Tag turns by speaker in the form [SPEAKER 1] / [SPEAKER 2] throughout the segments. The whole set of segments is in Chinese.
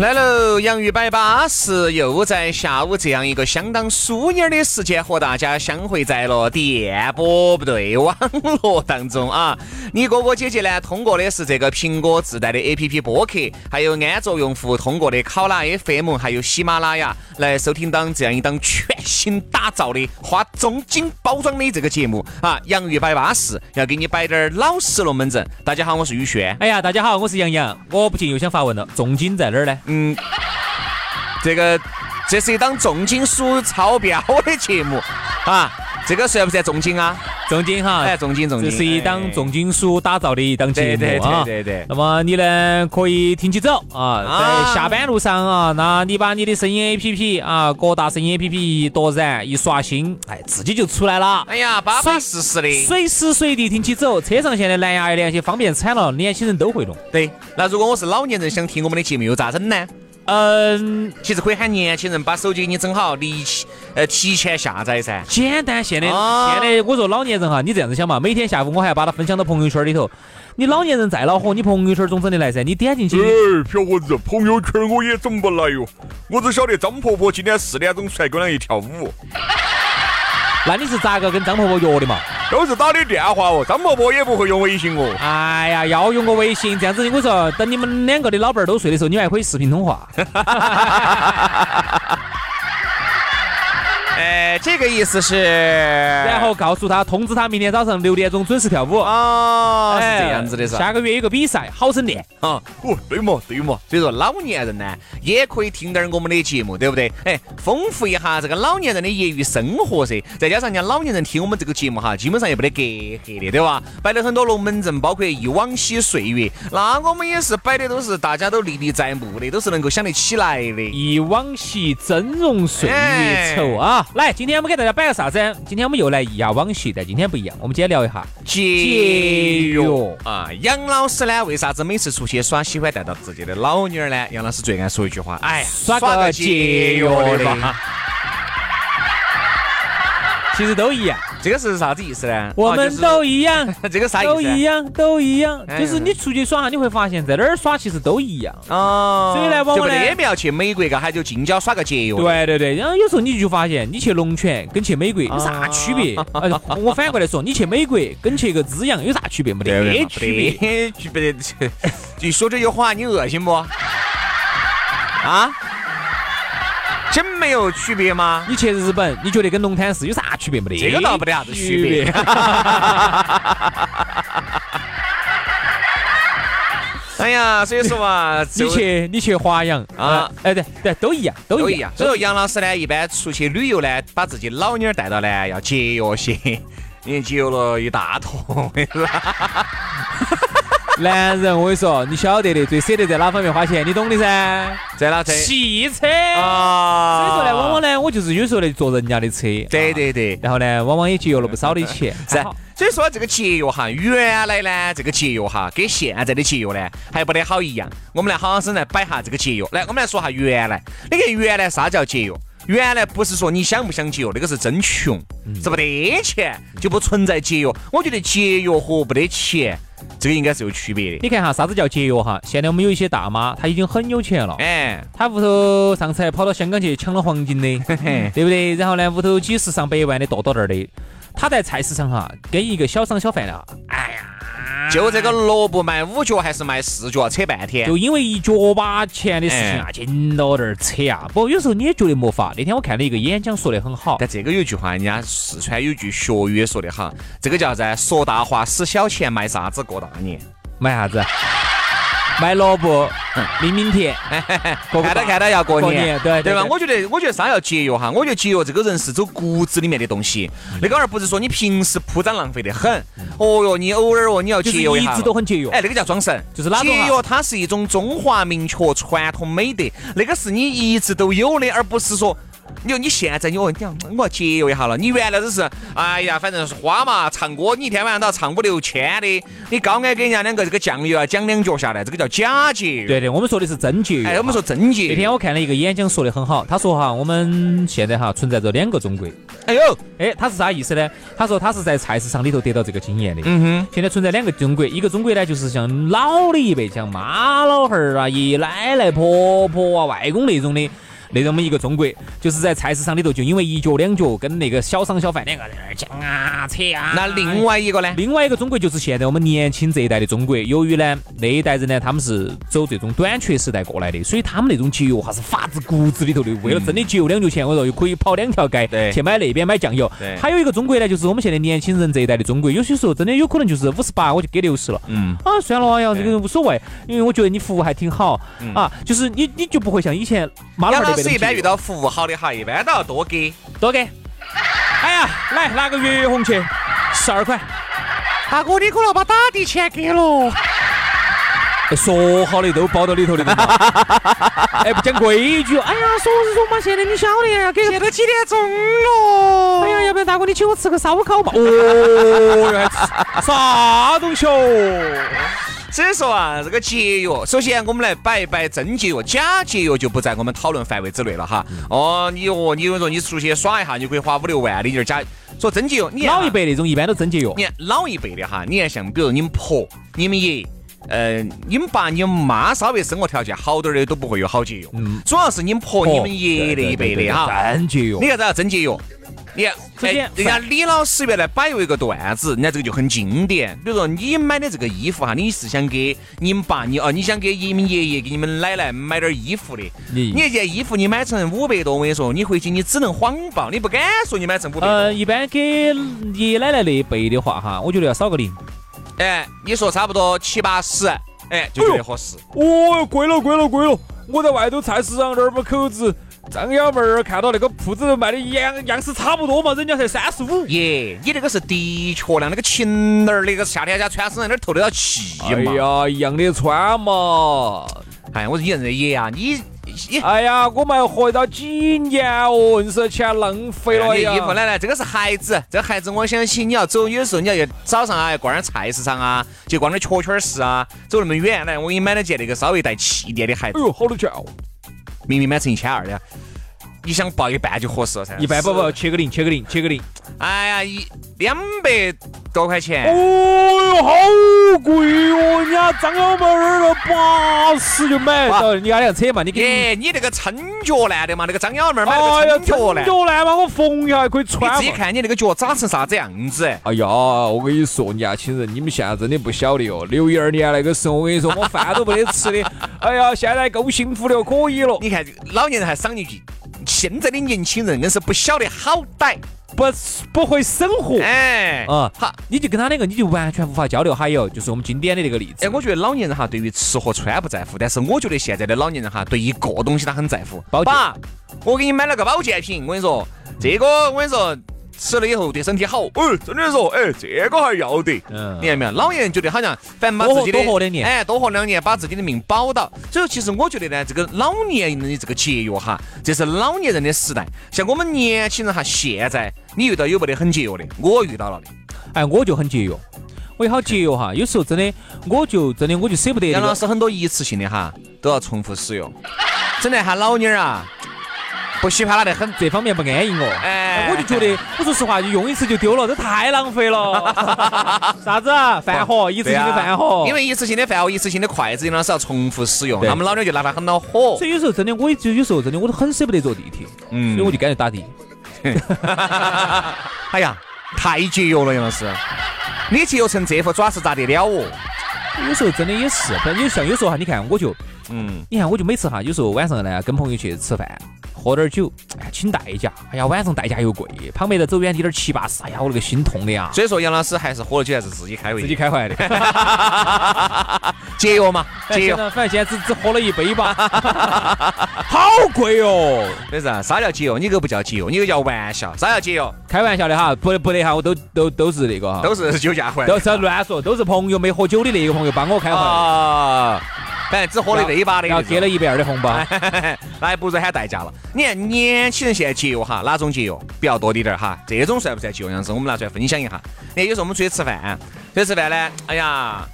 [SPEAKER 1] 来喽，洋芋摆巴士又在下午这样一个相当淑女儿的时间和大家相会在了电波不对网络当中啊！你哥哥姐姐呢，通过的是这个苹果自带的 APP 播客，还有安卓用户通过的考拉 FM，还有喜马拉雅来收听到这样一档全新打造的、花重金包装的这个节目啊！洋芋摆巴士要给你摆点儿老实龙门阵。大家好，我是宇轩。
[SPEAKER 2] 哎呀，大家好，我是杨洋，我不禁又想发问了，重金在哪儿呢？
[SPEAKER 1] 嗯，这个这是一档重金属超标的节目 啊，这个算不算重金啊？
[SPEAKER 2] 重金哈，
[SPEAKER 1] 哎，重金重金，
[SPEAKER 2] 这是一档重金属打造的一档节
[SPEAKER 1] 哎。对对
[SPEAKER 2] 目
[SPEAKER 1] 对
[SPEAKER 2] 啊。
[SPEAKER 1] 哎对对，
[SPEAKER 2] 那么你呢，可以听起走啊，
[SPEAKER 1] 啊
[SPEAKER 2] 在下班路上啊，那你把你的声音 APP 啊，各大声音 APP 一夺燃一刷新，哎，自己就出来了。
[SPEAKER 1] 哎呀，巴巴适适的。
[SPEAKER 2] 随时随地听起走，车上现在蓝牙连接方便惨了，年轻人都会弄。
[SPEAKER 1] 对，那如果我是老年人想听我们的节目又咋整呢？
[SPEAKER 2] 嗯，
[SPEAKER 1] 其实可以喊年轻人把手机给你整好，离起呃提前下载噻。
[SPEAKER 2] 简单，现在、
[SPEAKER 1] 啊
[SPEAKER 2] 现在我说老年人哈，你这样子想嘛，每天下午我还要把它分享到朋友圈里头。你老年人再恼火，你朋友圈总整得来噻，你点进去，
[SPEAKER 3] 哎，小伙子，朋友圈我也整不来哟，我只晓得张婆婆今天四点钟传给我俩一跳舞，
[SPEAKER 2] 那你是咋个跟张婆婆约的嘛？
[SPEAKER 3] 都是打的电话哦，张婆婆也不会用微信哦。
[SPEAKER 2] 哎呀，要用个微信，这样子我说，等你们两个的老伴儿都睡的时候，你们还可以视频 通话。
[SPEAKER 1] 哎，这个意思是，
[SPEAKER 2] 然
[SPEAKER 1] 然
[SPEAKER 2] 后告诉他，通知他明天早上六点钟准时跳舞。
[SPEAKER 3] 啊
[SPEAKER 1] 哦，是
[SPEAKER 2] 哎
[SPEAKER 1] 这样子的是吧？
[SPEAKER 2] 下个月有个比赛，好生练。
[SPEAKER 1] 啊、
[SPEAKER 3] 哦，对嘛对嘛，
[SPEAKER 1] 所以说老年人呢也可以听点儿我们的节目，对不对？哎，丰富一下这个老年人的业余生活噻。再加上人家老年人听我们这个节目哈，基本上也不得隔阂的，对吧？摆了很多龙门阵，包括忆往昔岁月，那我们也是摆的都是大家都历历在目的，都是能够想得起来的。
[SPEAKER 2] 忆往昔，峥嵘岁月稠
[SPEAKER 1] 哎
[SPEAKER 2] 啊！来，今天我们给大家摆个啥子？今天我们又来忆下往昔，但今天不一样，我们今天聊一下
[SPEAKER 1] 节约啊，杨老师呢，为啥子每次出去耍喜欢带到自己的老女儿呢？杨老师最爱说一句话，哎呀，
[SPEAKER 2] 耍个节约的吧。其实都一样，
[SPEAKER 1] 这个是啥子意思呢？
[SPEAKER 2] 我
[SPEAKER 1] 啊
[SPEAKER 2] 们都一 样，
[SPEAKER 1] 就是这个啥意思？
[SPEAKER 2] 都一样，都一样。
[SPEAKER 1] 哎呀
[SPEAKER 2] 就是你出去耍，你会发现在哪儿耍其实都一样。
[SPEAKER 1] 哦，
[SPEAKER 2] 所以呢往
[SPEAKER 1] 就
[SPEAKER 2] 往
[SPEAKER 1] 没
[SPEAKER 2] 呢
[SPEAKER 1] 得必要去美国，嘎哈就近郊耍个节约。，
[SPEAKER 2] 对对对，然后有时候你就发现，你去龙泉跟去美国有啥
[SPEAKER 1] 啊
[SPEAKER 2] 区别？哎，我反过来说，你去美国跟去个资阳有啥区别？没得没区别。
[SPEAKER 1] 别区别的，就说这句话你恶 心不？啊？真没有区别吗？
[SPEAKER 2] 你去日本，你觉得跟龙潭寺有啥区别？没得，
[SPEAKER 1] 这个倒没得啥子区别。 哎呀，所以说 嘛，
[SPEAKER 2] 你去你去华阳
[SPEAKER 1] 啊
[SPEAKER 2] 啊，哎对对，都一样
[SPEAKER 1] 都
[SPEAKER 2] 都
[SPEAKER 1] 一
[SPEAKER 2] 一
[SPEAKER 1] 样
[SPEAKER 2] 样。。
[SPEAKER 1] 所以说杨老师呢，一般出去旅游呢，把自己老妞儿带到呢，要节约些， 因为节约了一大坨。
[SPEAKER 2] 男人，我跟你说，你晓得的，最舍得在哪方面花钱，你懂的噻。
[SPEAKER 1] 在哪在？
[SPEAKER 2] 汽车。
[SPEAKER 1] 啊
[SPEAKER 2] 所以说呢，往往呢，我就是有时候呢坐人家的车。
[SPEAKER 1] 对
[SPEAKER 2] 啊。
[SPEAKER 1] 对对，
[SPEAKER 2] 然后呢，往往也节约了不少的钱。
[SPEAKER 1] 是
[SPEAKER 2] 还好。
[SPEAKER 1] 所以说这个节约哈，原来呢这个节约哈，跟现在的节约呢还不得好一样。我们来好好生来摆下这个节约，来我们来说下原来，你看原来啥叫节约？原来不是说你想不想节约，那个是真穷，
[SPEAKER 2] 嗯
[SPEAKER 1] 是不得钱就不存在节约。我觉得节约和不得钱，这个应该是有区别的。
[SPEAKER 2] 你看哈，啥子叫节约哈？现在我们有一些大妈，她已经很有钱了。
[SPEAKER 1] 哎，
[SPEAKER 2] 她屋头上次还跑到香港去抢了黄金的，
[SPEAKER 1] 嘿
[SPEAKER 2] 对不对？然后呢，屋头几十上百万的剁到那儿的。她在菜市场哈，跟一个小商小贩啊，
[SPEAKER 1] 就这个萝卜卖五角还是卖四角，扯半天。
[SPEAKER 2] 就因为一角把钱的事情啊，紧到那儿扯啊。不过有时候你也觉得没法。那天我看了一个演讲，说得很好。
[SPEAKER 1] 但这个有一句话，人家四川有句学语也说得好，这个叫啥？说大话，使小钱，卖啥子过大年？
[SPEAKER 2] 买啥子？买萝卜，明明甜，
[SPEAKER 1] 看
[SPEAKER 2] 过个
[SPEAKER 1] 到
[SPEAKER 2] 把
[SPEAKER 1] 看到要过
[SPEAKER 2] 过
[SPEAKER 1] 年
[SPEAKER 2] 年，对
[SPEAKER 1] 对
[SPEAKER 2] 对
[SPEAKER 1] 吧？
[SPEAKER 2] 对
[SPEAKER 1] 我觉得，我觉得啥要节约哈，我觉得节约这个人是走骨子里面的东西。
[SPEAKER 2] 嗯
[SPEAKER 1] 那个玩意儿不是说你平时铺张浪费的很，哦哟，你偶尔哦你要
[SPEAKER 2] 就
[SPEAKER 1] 节
[SPEAKER 2] 是
[SPEAKER 1] 约一
[SPEAKER 2] 一
[SPEAKER 1] 下
[SPEAKER 2] 直
[SPEAKER 1] 嘛。
[SPEAKER 2] 都很节约。
[SPEAKER 1] 哎，那个叫装神，
[SPEAKER 2] 就是哪
[SPEAKER 1] 节
[SPEAKER 2] 种啊
[SPEAKER 1] 约，它是一种中华民族传统美德，那个是你一直都有的，而不是说。你说你现在你哦，你讲我要节约一下了。你原来都是，哎呀，反正是花嘛，唱歌你一天晚上都要唱五六千的，你高矮给人家两个这个酱油啊讲两脚下来，这个叫假节约。
[SPEAKER 2] 对对，我们说的是真节约。啊
[SPEAKER 1] 哎，我们说真节
[SPEAKER 2] 那
[SPEAKER 1] 约
[SPEAKER 2] 天。我看了一个演讲，说的很好。他说哈，我们现在哈存在着两个中国。
[SPEAKER 1] 哎呦，
[SPEAKER 2] 哎，他是啥意思呢？他说他是在菜市场里头得到这个经验的。
[SPEAKER 1] 嗯哼，
[SPEAKER 2] 现在存在两个中国，一个中国呢，就是像老的一辈，像妈老汉儿啊、爷奶奶、婆婆啊、外公那种的。那种么一个中国，就是在菜市场里头，就因为一脚两脚跟那个小商小贩两个在那儿讲啊扯啊。
[SPEAKER 1] 那另外一个呢？
[SPEAKER 2] 另外一个中国就是现在我们年轻这一代的中国，由于呢那一代人呢，他们是走这种短缺时代过来的，所以他们那种节约还是发自骨子里头的。为了真的节约两角钱，我说又可以跑两条街
[SPEAKER 1] 对
[SPEAKER 2] 去买那边买酱油
[SPEAKER 1] 对。
[SPEAKER 2] 还有一个中国呢，就是我们现在年轻人这一代的中国，有些时候真的有可能就是五十八我就给六十了，
[SPEAKER 1] 嗯，
[SPEAKER 2] 啊算了，哎呀这
[SPEAKER 1] 对
[SPEAKER 2] 个无所谓，因为我觉得你服务还挺好
[SPEAKER 1] 嗯
[SPEAKER 2] 啊，就是你你就不会像以前妈老
[SPEAKER 1] 杨
[SPEAKER 2] 汉儿
[SPEAKER 1] 老
[SPEAKER 2] 那边
[SPEAKER 1] 师
[SPEAKER 2] 的
[SPEAKER 1] 一般
[SPEAKER 2] 节约
[SPEAKER 1] 遇到服务好的哈，一般都要多给。
[SPEAKER 2] 多给。哎呀，来拿个月月红去，十二块。
[SPEAKER 1] 大
[SPEAKER 2] 啊
[SPEAKER 1] 哥，你给我把打的钱给了。
[SPEAKER 2] 哎说好的都包到里头的 嘛，哎，不讲规矩。哎呀，说是说嘛，现在你晓得呀，给
[SPEAKER 1] 现在几点钟了？
[SPEAKER 2] 哎呀，要不然大哥你请我吃个烧烤嘛？哦，原来吃啥东西哦？
[SPEAKER 1] 所以说啊，这个节约，首先我们来摆一摆真节约，假节约就不在我们讨论范围之内了哈。哦，你哦，你说你出去耍一下，你就可以花五六万的，就是假。说真节约，你看啊
[SPEAKER 2] 老一，辈那种一般都真节约，
[SPEAKER 1] 你看老一辈的哈，你看像比如你们婆、你们爷。呃，你们爸、你们妈稍微生活条件好点儿的都不会有好节约，
[SPEAKER 2] 嗯
[SPEAKER 1] 主要是你们婆、
[SPEAKER 2] 哦
[SPEAKER 1] 你们爷那一辈的哈。
[SPEAKER 2] 真节
[SPEAKER 1] 你
[SPEAKER 2] 约。
[SPEAKER 1] 看这要真节约。你看，
[SPEAKER 2] 首先
[SPEAKER 1] 哎人家李老师原来摆过一个段子，人家这个就很经典。比如说你买的这个衣服哈，你是想给你们爸你哦，你想给你们爷爷给你们奶奶买点衣服的。
[SPEAKER 2] 你
[SPEAKER 1] 你一件衣服你买成五百多，我跟你说，你回去你只能谎报，你不敢说你买成五百
[SPEAKER 2] 呃，
[SPEAKER 1] 多。
[SPEAKER 2] 一般给爷爷奶奶那一辈的话哈，我觉得要少个零。
[SPEAKER 1] 哎，你说差不多七八十，哎，就觉得合适。
[SPEAKER 2] 哦，贵了贵了贵了！我在外头菜市场那儿把口子张幺妹儿看到那个铺子卖的样样式差不多嘛，人家才三十五。
[SPEAKER 1] 耶，你那个是的确让那个情人儿那个夏天家穿身上那儿透得到气
[SPEAKER 2] 哎
[SPEAKER 1] 嘛。
[SPEAKER 2] 呀，一样的穿嘛。
[SPEAKER 1] 哎，我说你认人爷啊，你你
[SPEAKER 2] 哎呀，我们还活到几年哦，硬是钱浪费了
[SPEAKER 1] 哎呀
[SPEAKER 2] 呀。
[SPEAKER 1] 你衣服奶奶，这个是孩子，这个孩子，我想起你要走，有的时候你要去早上啊，逛点菜市场啊，去逛点圈圈市啊，走那么远来，我给你买了件那个稍微带气垫的鞋
[SPEAKER 2] 哎
[SPEAKER 1] 子，
[SPEAKER 2] 呦，好多钱哦！
[SPEAKER 1] 明明买成一千二的，你想报一半就合适了噻。
[SPEAKER 2] 一般不不，
[SPEAKER 1] 是，
[SPEAKER 2] 切个零，切个零，切个零。
[SPEAKER 1] 哎呀，一两百多块钱，
[SPEAKER 2] 哦哟，好贵哦！人家张小妹儿八十就买
[SPEAKER 1] 哇
[SPEAKER 2] 到，你看那辆车嘛，你给。
[SPEAKER 1] 耶，你那个撑脚烂的嘛，那个张幺妹儿买
[SPEAKER 2] 哎
[SPEAKER 1] 那
[SPEAKER 2] 呀，
[SPEAKER 1] 个撑脚烂，
[SPEAKER 2] 脚烂嘛，我缝一下还可以
[SPEAKER 1] 你
[SPEAKER 2] 穿
[SPEAKER 1] 自己
[SPEAKER 2] 嘛。
[SPEAKER 1] 看你那个脚长成啥子样子。
[SPEAKER 2] 哎呀，我跟你说，年轻人，你们现在真的不晓得哦。六一二年那个时候，我跟你说，我饭都没得吃的。哎呀，现在够幸福了，可以了。
[SPEAKER 1] 你看老年人还赏一句，现在的年轻人硬是不晓得好歹，
[SPEAKER 2] 不不会生活。
[SPEAKER 1] 哎，
[SPEAKER 2] 啊，
[SPEAKER 1] 好。
[SPEAKER 2] 你就跟他两个，你就完全无法交流。还有就是我们经典的那个例子，
[SPEAKER 1] 哎，我觉得老年人哈，对于吃和穿不在乎，但是我觉得现在的老年人哈，对一个东西他很在乎。
[SPEAKER 2] 保健
[SPEAKER 1] 爸，我给你买了个保健品，我跟你说，这个我跟你说，吃了以后对身体好。
[SPEAKER 3] 哎，真的说，哎，这个还要得。
[SPEAKER 2] 嗯
[SPEAKER 1] 你，看没有？老年人觉得好像，反正把
[SPEAKER 2] 多
[SPEAKER 1] 自
[SPEAKER 2] 活
[SPEAKER 1] 己的
[SPEAKER 2] 多活两年
[SPEAKER 1] 哎，多活两年，把自己的命保到。所以其实我觉得呢，这个老年人的这个节约哈，这是老年人的时代。像我们年轻人哈，现在你遇到有没得很节约的？我遇到了的。
[SPEAKER 2] 哎，我就很节约，我也好节约哈。有时候真的，我就真的我就舍不得那
[SPEAKER 1] 杨老
[SPEAKER 2] 个。
[SPEAKER 1] 师很多一次性的哈，都要重复使用，整得他老妞儿啊，不喜欢他得很。
[SPEAKER 2] 这方面不安逸哦，
[SPEAKER 1] 哎
[SPEAKER 2] 我就觉得，我说实话，用一次就丢了，这太浪费了。 啥子啊饭盒，一次性的饭盒。
[SPEAKER 1] 因为一次性的饭盒、一次性的筷子，杨老师要重复使用，
[SPEAKER 2] 对
[SPEAKER 1] 他们老妞就拿它很恼火
[SPEAKER 2] 所。以有时候真的，我也就有时候真的，我都很舍不得坐地铁，
[SPEAKER 1] 嗯
[SPEAKER 2] 所以我就 干脆打的。
[SPEAKER 1] 哎呀，太节约了，杨老师，你节约成这副爪是咋得了哦？
[SPEAKER 2] 有时候真的也是，反正有像有时候哈，你看我就，
[SPEAKER 1] 嗯，
[SPEAKER 2] 你看我就每次哈，有时候晚上呢跟朋友去吃饭，喝点酒，哎，请代驾，哎呀，晚上代驾又贵，旁边再走远滴点儿七八十，哎呀，我那个心痛的呀，
[SPEAKER 1] 所以说杨老师还是喝了酒还是自己开胃，
[SPEAKER 2] 自己开怀的。
[SPEAKER 1] 节约嘛，节
[SPEAKER 2] 现
[SPEAKER 1] 约。
[SPEAKER 2] 在反正现在只只喝了一杯吧， 好贵哦！
[SPEAKER 1] 不是啊啥叫节约？你这个不叫节约，你这个叫玩笑。啥叫节约？
[SPEAKER 2] 开玩笑的哈，不不得哈，我都都都是那个哈，
[SPEAKER 1] 都是酒驾还。
[SPEAKER 2] 都是乱说，都是朋友没喝酒的那个朋友帮我开怀，
[SPEAKER 1] 啊，反正只喝了那一把的。
[SPEAKER 2] 然后给了一百二的红 包。
[SPEAKER 1] 哎那还不如喊代驾了。你看年轻人现在节约哈，哪种节约比较多的点儿哈？这种算不算节约？样子我们拿出来分享一下。你看有时候我们出去吃饭，出去吃饭呢，哎呀，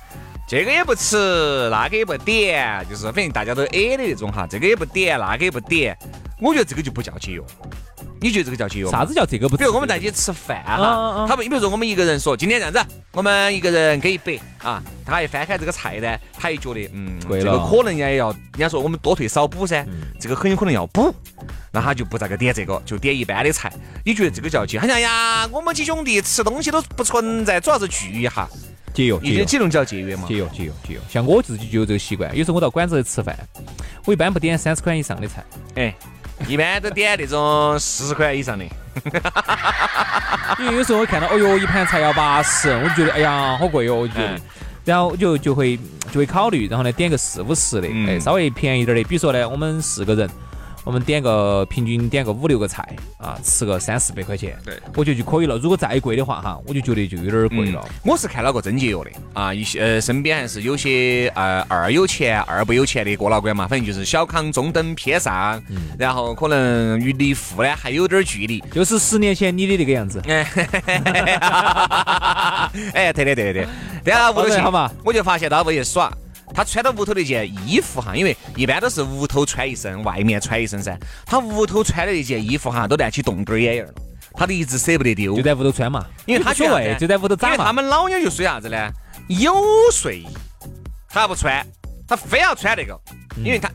[SPEAKER 1] 这个也不吃，那个也不点，就是反正大家都 A 的那种哈，这个也不点，那个也不点。我觉得这个就不叫节约，你觉得这个叫节约吗？
[SPEAKER 2] 啥子叫这个不？
[SPEAKER 1] 比如我们在一起吃饭
[SPEAKER 2] 啊啊
[SPEAKER 1] 哈
[SPEAKER 2] 啊，
[SPEAKER 1] 他们比如说我们一个人说今天这样子，我们一个人给一百啊，他一翻开这个菜单，他一觉得嗯，
[SPEAKER 2] 贵
[SPEAKER 1] 这个
[SPEAKER 2] 了
[SPEAKER 1] 可能人家也要，人家说我们多退少补噻，这个很有可能要补，那他就不咋个点这个，就点一般的菜。你觉得这个叫节？他像呀，我们几兄弟吃东西都不存在，主要是聚一下，
[SPEAKER 2] 节约
[SPEAKER 1] 你觉
[SPEAKER 2] 节
[SPEAKER 1] 得
[SPEAKER 2] 约
[SPEAKER 1] 这种叫节约吗？
[SPEAKER 2] 节约节约节约。像我自己就有这个习惯，有时候我到馆子去吃饭，我一般不点三十块以上的菜，
[SPEAKER 1] 哎，一般都点那种四十块以上的。
[SPEAKER 2] 因为有时候我看到，哦哟，一盘菜要八十，我就觉得哎呀好贵哦，我就觉得
[SPEAKER 1] 嗯。
[SPEAKER 2] 然后我就就会就会考虑，然后呢点个四五十的，
[SPEAKER 1] 嗯
[SPEAKER 2] 哎，稍微便宜点儿的。比如说呢，我们四个人，我们点个平均点个五六个菜啊，吃个三四百块钱，
[SPEAKER 1] 对
[SPEAKER 2] 我觉得就可以了。如果再贵的话哈，我就觉得就有点儿贵了。
[SPEAKER 1] 我是看到过真节约的嗯啊，一些呃身边还是有些呃二有钱二不有钱的哥老倌嘛，反正就是小康中等偏上，然后可能与离富呢还有点儿距离。
[SPEAKER 2] 就是十年前你的那个样子，
[SPEAKER 1] 哎，哎，对的对的对的，然后屋头去
[SPEAKER 2] 好嘛，
[SPEAKER 1] 我就发现到屋去耍。他穿到屋头那件衣服哈，因为一般都是屋头穿一身，外面穿一身噻。他屋头穿的那件衣服哈，都乱起冻根儿眼眼儿了，他都一直舍不得丢
[SPEAKER 2] 就。在屋头穿嘛，
[SPEAKER 1] 因为他
[SPEAKER 2] 无所
[SPEAKER 1] 觉
[SPEAKER 2] 谓
[SPEAKER 1] 得，
[SPEAKER 2] 哎就在屋头
[SPEAKER 1] 啊因
[SPEAKER 2] 长
[SPEAKER 1] 为他
[SPEAKER 2] 嘛。
[SPEAKER 1] 们老娘就睡啥子呢？有睡衣，他不穿，他非要穿那个，
[SPEAKER 2] 嗯
[SPEAKER 1] 因为他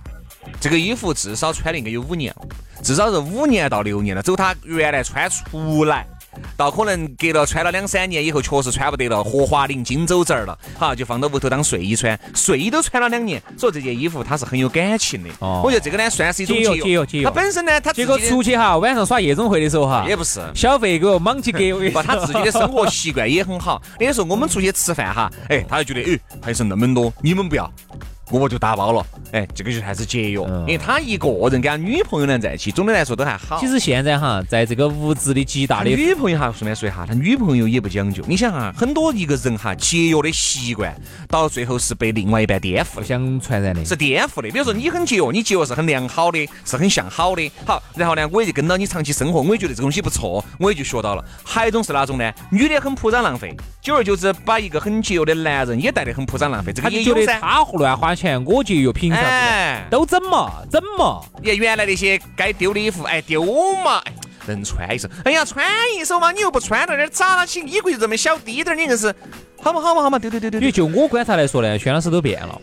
[SPEAKER 1] 这个衣服至少穿了应该有五年了，至少是五年到六年了，走他原来穿出来。到可能隔了穿了两三年以后，确实穿不得了，荷花领、荆州褶儿了，好就放到屋头当睡衣穿，睡衣都穿了两年，所以这件衣服它是很有感情的。
[SPEAKER 2] 哦
[SPEAKER 1] 我觉得这个呢，算是一种
[SPEAKER 2] 节约节约节约
[SPEAKER 1] 它本身呢，它自
[SPEAKER 2] 结
[SPEAKER 1] 己
[SPEAKER 2] 果
[SPEAKER 1] 的
[SPEAKER 2] 出去哈，晚上耍夜总会的时候哈，
[SPEAKER 1] 也不是，
[SPEAKER 2] 小费给我莽起给我跟你
[SPEAKER 1] 把
[SPEAKER 2] 说，
[SPEAKER 1] 哎他自己的生活习惯也很好。那时候我们出去吃饭哈，哎，他就觉得，哎，还剩那么多，你们不要，我我就打包了。哎，这个就还是节约，
[SPEAKER 2] 嗯
[SPEAKER 1] 因为他一个人跟他女朋友呢在一起，总的来说都还好。
[SPEAKER 2] 其实现在哈，在这个物质的极大
[SPEAKER 1] 他
[SPEAKER 2] 的
[SPEAKER 1] 女朋友哈，顺便说一下，他女朋友也不讲究。你想啊，很多一个人哈，节约的习惯到最后是被另外一半颠覆
[SPEAKER 2] 互
[SPEAKER 1] 的。
[SPEAKER 2] 相传染的，
[SPEAKER 1] 是颠覆的。比如说你很节约，你节约是很良好的，是很向好的。好，然后呢，我也就跟到你长期生活，我也觉得这个东西不错，我也就学到了。还有一种是哪种呢？女的很铺张浪费，久而久之把一个很节约的男人也带得很铺张浪费，这
[SPEAKER 2] 他
[SPEAKER 1] 个
[SPEAKER 2] 就
[SPEAKER 1] 也
[SPEAKER 2] 觉
[SPEAKER 1] 有
[SPEAKER 2] 得
[SPEAKER 1] 噻。
[SPEAKER 2] 他乱花钱，我就又凭啥子？
[SPEAKER 1] 哎，
[SPEAKER 2] 都整嘛，整嘛，
[SPEAKER 1] 你看原来那些该丢的衣服，哎，丢嘛。哎能穿一手，哎呀，穿一手嘛，你又不穿到那儿扎起，衣柜就这么小低点儿，你硬是好嘛好嘛好嘛，丢丢丢丢
[SPEAKER 2] 因为
[SPEAKER 1] 丢。
[SPEAKER 2] 就我观察来说呢，轩老师都变了，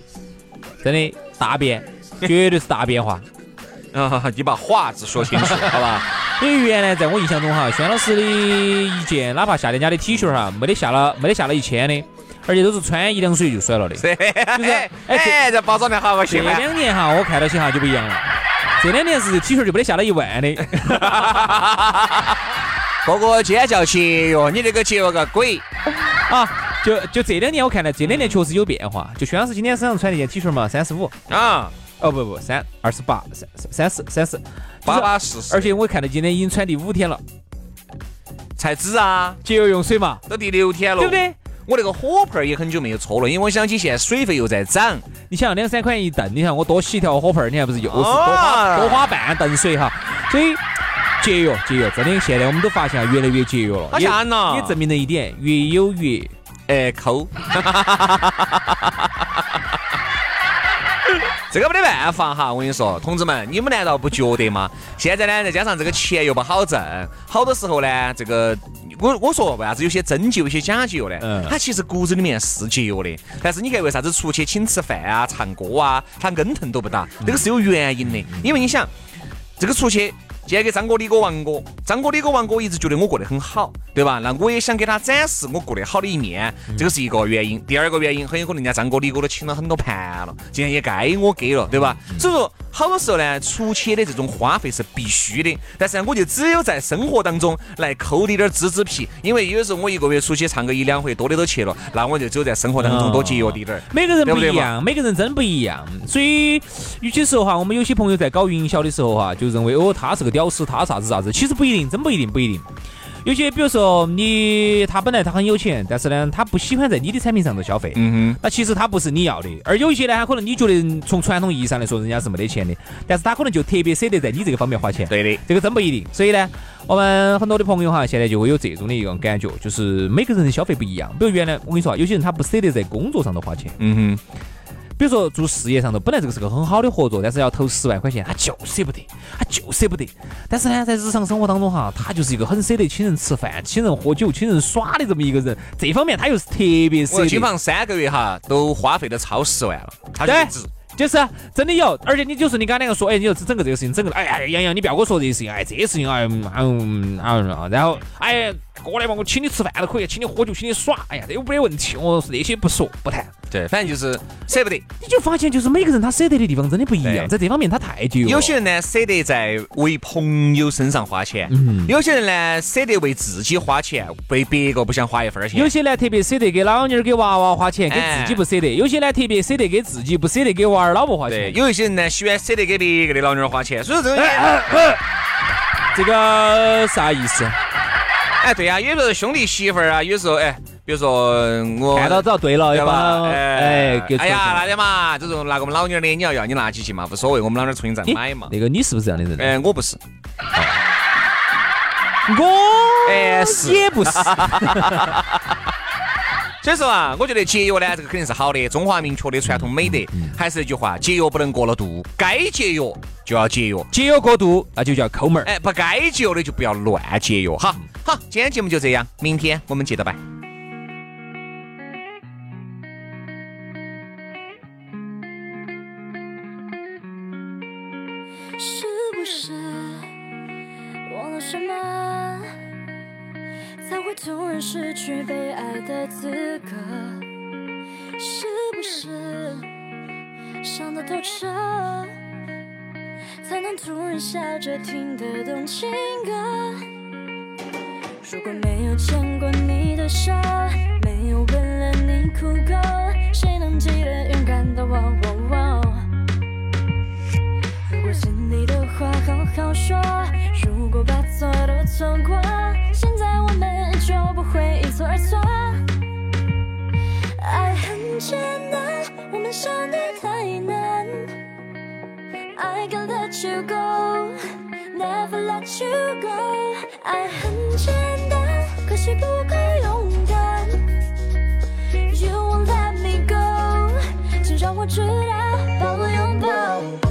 [SPEAKER 2] 真的大变，绝对是大变化。
[SPEAKER 1] 啊，你把话字说清楚，好吧？
[SPEAKER 2] 因为原来在我印象中哈，轩老师的一件哪怕夏天家的 T 恤哈，没得下了没得下了一千的，而且都是穿一两 水就甩了的。
[SPEAKER 1] 对， 哎哎，这包装的好，我喜
[SPEAKER 2] 这
[SPEAKER 1] 欢。
[SPEAKER 2] 两年哈，我看到起哈就不一样了，这两年是 T 恤就没得下了一万 的。
[SPEAKER 1] 哥哥，今天叫节约，你这个节约个鬼！
[SPEAKER 2] 啊，就就这两年我看来，这两年确实有变化。就薛老师今天身上穿那件 T 恤嘛，三十五，
[SPEAKER 1] 啊，
[SPEAKER 2] 哦不不，三二十八，三三十三十，
[SPEAKER 1] 巴巴适适，
[SPEAKER 2] 而且我看到今天已经穿第五天了，
[SPEAKER 1] 才子啊，
[SPEAKER 2] 节约用水嘛，
[SPEAKER 1] 都第六天了，
[SPEAKER 2] 对不？对？
[SPEAKER 1] 我那个火盆儿也很久没有搓了，因为我想起现在水费又在涨，
[SPEAKER 2] 你想两三块钱一吨，你看我多洗一条火盆儿，你看不是又是多
[SPEAKER 1] 哦
[SPEAKER 2] 花多花半吨水哈，所以。节约，节约，真的，现在我们都发现啊越来越节约了，
[SPEAKER 1] 好
[SPEAKER 2] 也
[SPEAKER 1] 吓人呐
[SPEAKER 2] 也证明了一点，越有越
[SPEAKER 1] 哎，抠。这个没得办法哈，我跟你说，同志们，你们难道不觉得吗？现在呢，再加上这个钱又不好挣，好多时候呢，这个我我说为啥子有些真节约，有些假节约呢？
[SPEAKER 2] 嗯
[SPEAKER 1] 它其实骨子里面是节约的，但是你看为啥子出去请吃饭啊、唱歌啊，他根疼都不打，这个是有原因的，因为你想。这个出去今天给张哥、李哥、王哥，张哥、李哥、王哥一直觉得我过得很好，对吧？那我也想给他展示我过得好的一面，这个是一个原因。第二个原因，很有可能人家张哥、李哥都请了很多盘了，今天也该我给了，对吧？所以说，好多时候呢，出去的这种花费是必须的，但是呢，我就只有在生活当中来抠滴点儿芝芝皮，因为有时候我一个月出去唱个一两回，多的都去了，那我就只有在生活当中多节约滴点儿。
[SPEAKER 2] 每个人
[SPEAKER 1] 对不
[SPEAKER 2] 不
[SPEAKER 1] 对
[SPEAKER 2] 一样，每个人真不一样。所以有些时候哈，我们有些朋友在搞营销的时候哈，就认为哦，他是个屌丝，他啥子啥子，其实不一定，真不一定，不一定。有些比如说你他本来他很有钱，但是呢，他不喜欢在你的产品上头消费。
[SPEAKER 1] 嗯哼，
[SPEAKER 2] 那其实他不是你要的，而有一些呢，他可能你觉得从传统意义上来说，人家是没得钱的，但是他可能就特别舍得在你这个方面花钱。
[SPEAKER 1] 对的。
[SPEAKER 2] 这个真不一定。所以呢，我们很多的朋友哈，现在就会有这种的一个感觉，就是每个人的消费不一样。比如原来我跟你说啊，有些人他不舍得在工作上头花钱，
[SPEAKER 1] 嗯
[SPEAKER 2] 比如说做事业上头，本来这个是个很好的合作，但是要投十万块钱，他就舍不得，他就舍不得。但是呢，在日常生活当中哈，他就是一个很舍得请人吃饭、请人喝酒、请人耍的这么一个人，这方面他又是特别
[SPEAKER 1] 哼，我
[SPEAKER 2] 舍
[SPEAKER 1] 基
[SPEAKER 2] 得
[SPEAKER 1] 本。上三个月哈都花费了超十万了，他就
[SPEAKER 2] 对
[SPEAKER 1] 一直。
[SPEAKER 2] 就是啊真的有，而且你就是你刚两个说，哎，你就整个这个事情，整个哎呀，杨洋，你不要跟我说这些事情，哎，这些事情，哎，嗯嗯嗯啊，然后哎，过来嘛，我请你吃饭都可以，请你喝酒，请你耍，哎呀，这又没得问题，我是那些不说不谈，
[SPEAKER 1] 对，反正就是舍不得。
[SPEAKER 2] 你就发现就是每个人他舍得的地方真的不一
[SPEAKER 1] 对
[SPEAKER 2] 样，在这方面他太节约了，
[SPEAKER 1] 有些人呢舍得在为朋友身上花钱，
[SPEAKER 2] 嗯
[SPEAKER 1] 有些人呢舍得为自己花钱，为别个不想花一分儿钱。
[SPEAKER 2] 有些呢特别舍得给老妞儿、给娃娃花钱，给
[SPEAKER 1] 哎
[SPEAKER 2] 自己不舍得；有些呢特别舍得给自己，不舍得给娃儿、老婆花
[SPEAKER 1] 对，
[SPEAKER 2] 钱。
[SPEAKER 1] 有一些人呢喜欢舍得给别个的老妞儿花钱，所以说这种
[SPEAKER 2] 啊这个啥意思？
[SPEAKER 1] 哎，对呀、有时候兄弟媳妇儿啊，有时候哎，比如说我
[SPEAKER 2] 看到找对了，
[SPEAKER 1] 对
[SPEAKER 2] 要
[SPEAKER 1] 吧
[SPEAKER 2] 把？
[SPEAKER 1] 哎
[SPEAKER 2] 哎，给
[SPEAKER 1] 哎呀，那
[SPEAKER 2] 出去
[SPEAKER 1] 的嘛，这种拿给我们老妞儿的，你要要你拿起去嘛，无所谓，我们老妞儿重新再
[SPEAKER 2] 你
[SPEAKER 1] 买嘛。
[SPEAKER 2] 那个你是不是这样的人？
[SPEAKER 1] 哎，我不是，
[SPEAKER 2] 我
[SPEAKER 1] 哎是
[SPEAKER 2] 也不是，
[SPEAKER 1] 所以说啊，我觉得节约呢，这个肯定是好的，中华民族的传统美德。还是那句话，节约不能过了度，该节约就要节约，
[SPEAKER 2] 节约过度那就叫抠门儿。
[SPEAKER 1] 哎，不该节约的就不要乱节约哈。好，今天节目就这样，明天我们接着拜。
[SPEAKER 4] 是不是忘了什么，才会突然失去被爱的资格？是不是伤得透彻，才能突然笑着听得懂情歌？如果没有牵过你的手，没有为了你哭过，谁能记得勇敢的我？如果心里的话好好说，如果把错都错过，现在我们就不会一错而错。爱很简单，我们相对太难。I can let you go, never let you go。爱很简单，可惜不够勇敢。You won't let me go，请让我知道，把我拥抱。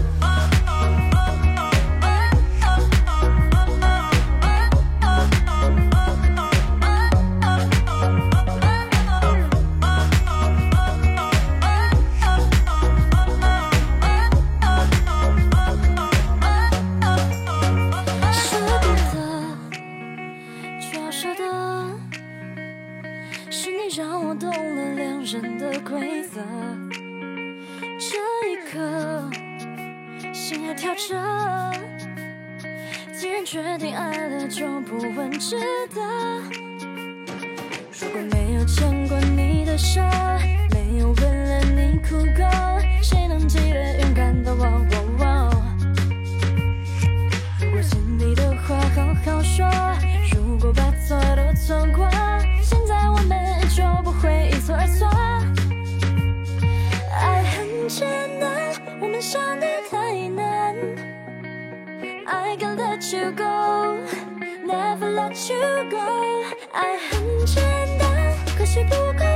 [SPEAKER 4] 舍不得，却要舍得，是你让我懂了两人的规则。这一刻，心还跳着，既然决定爱了，就不问值得。如果没有牵过你的手，没有为了你哭过，谁能记得勇敢的我？如果心里的话好好说，如果把错都错过，现在我们就不会一错而错。爱很简单，我们相对太难。I can let you go, never let you go。爱很简单，可惜不够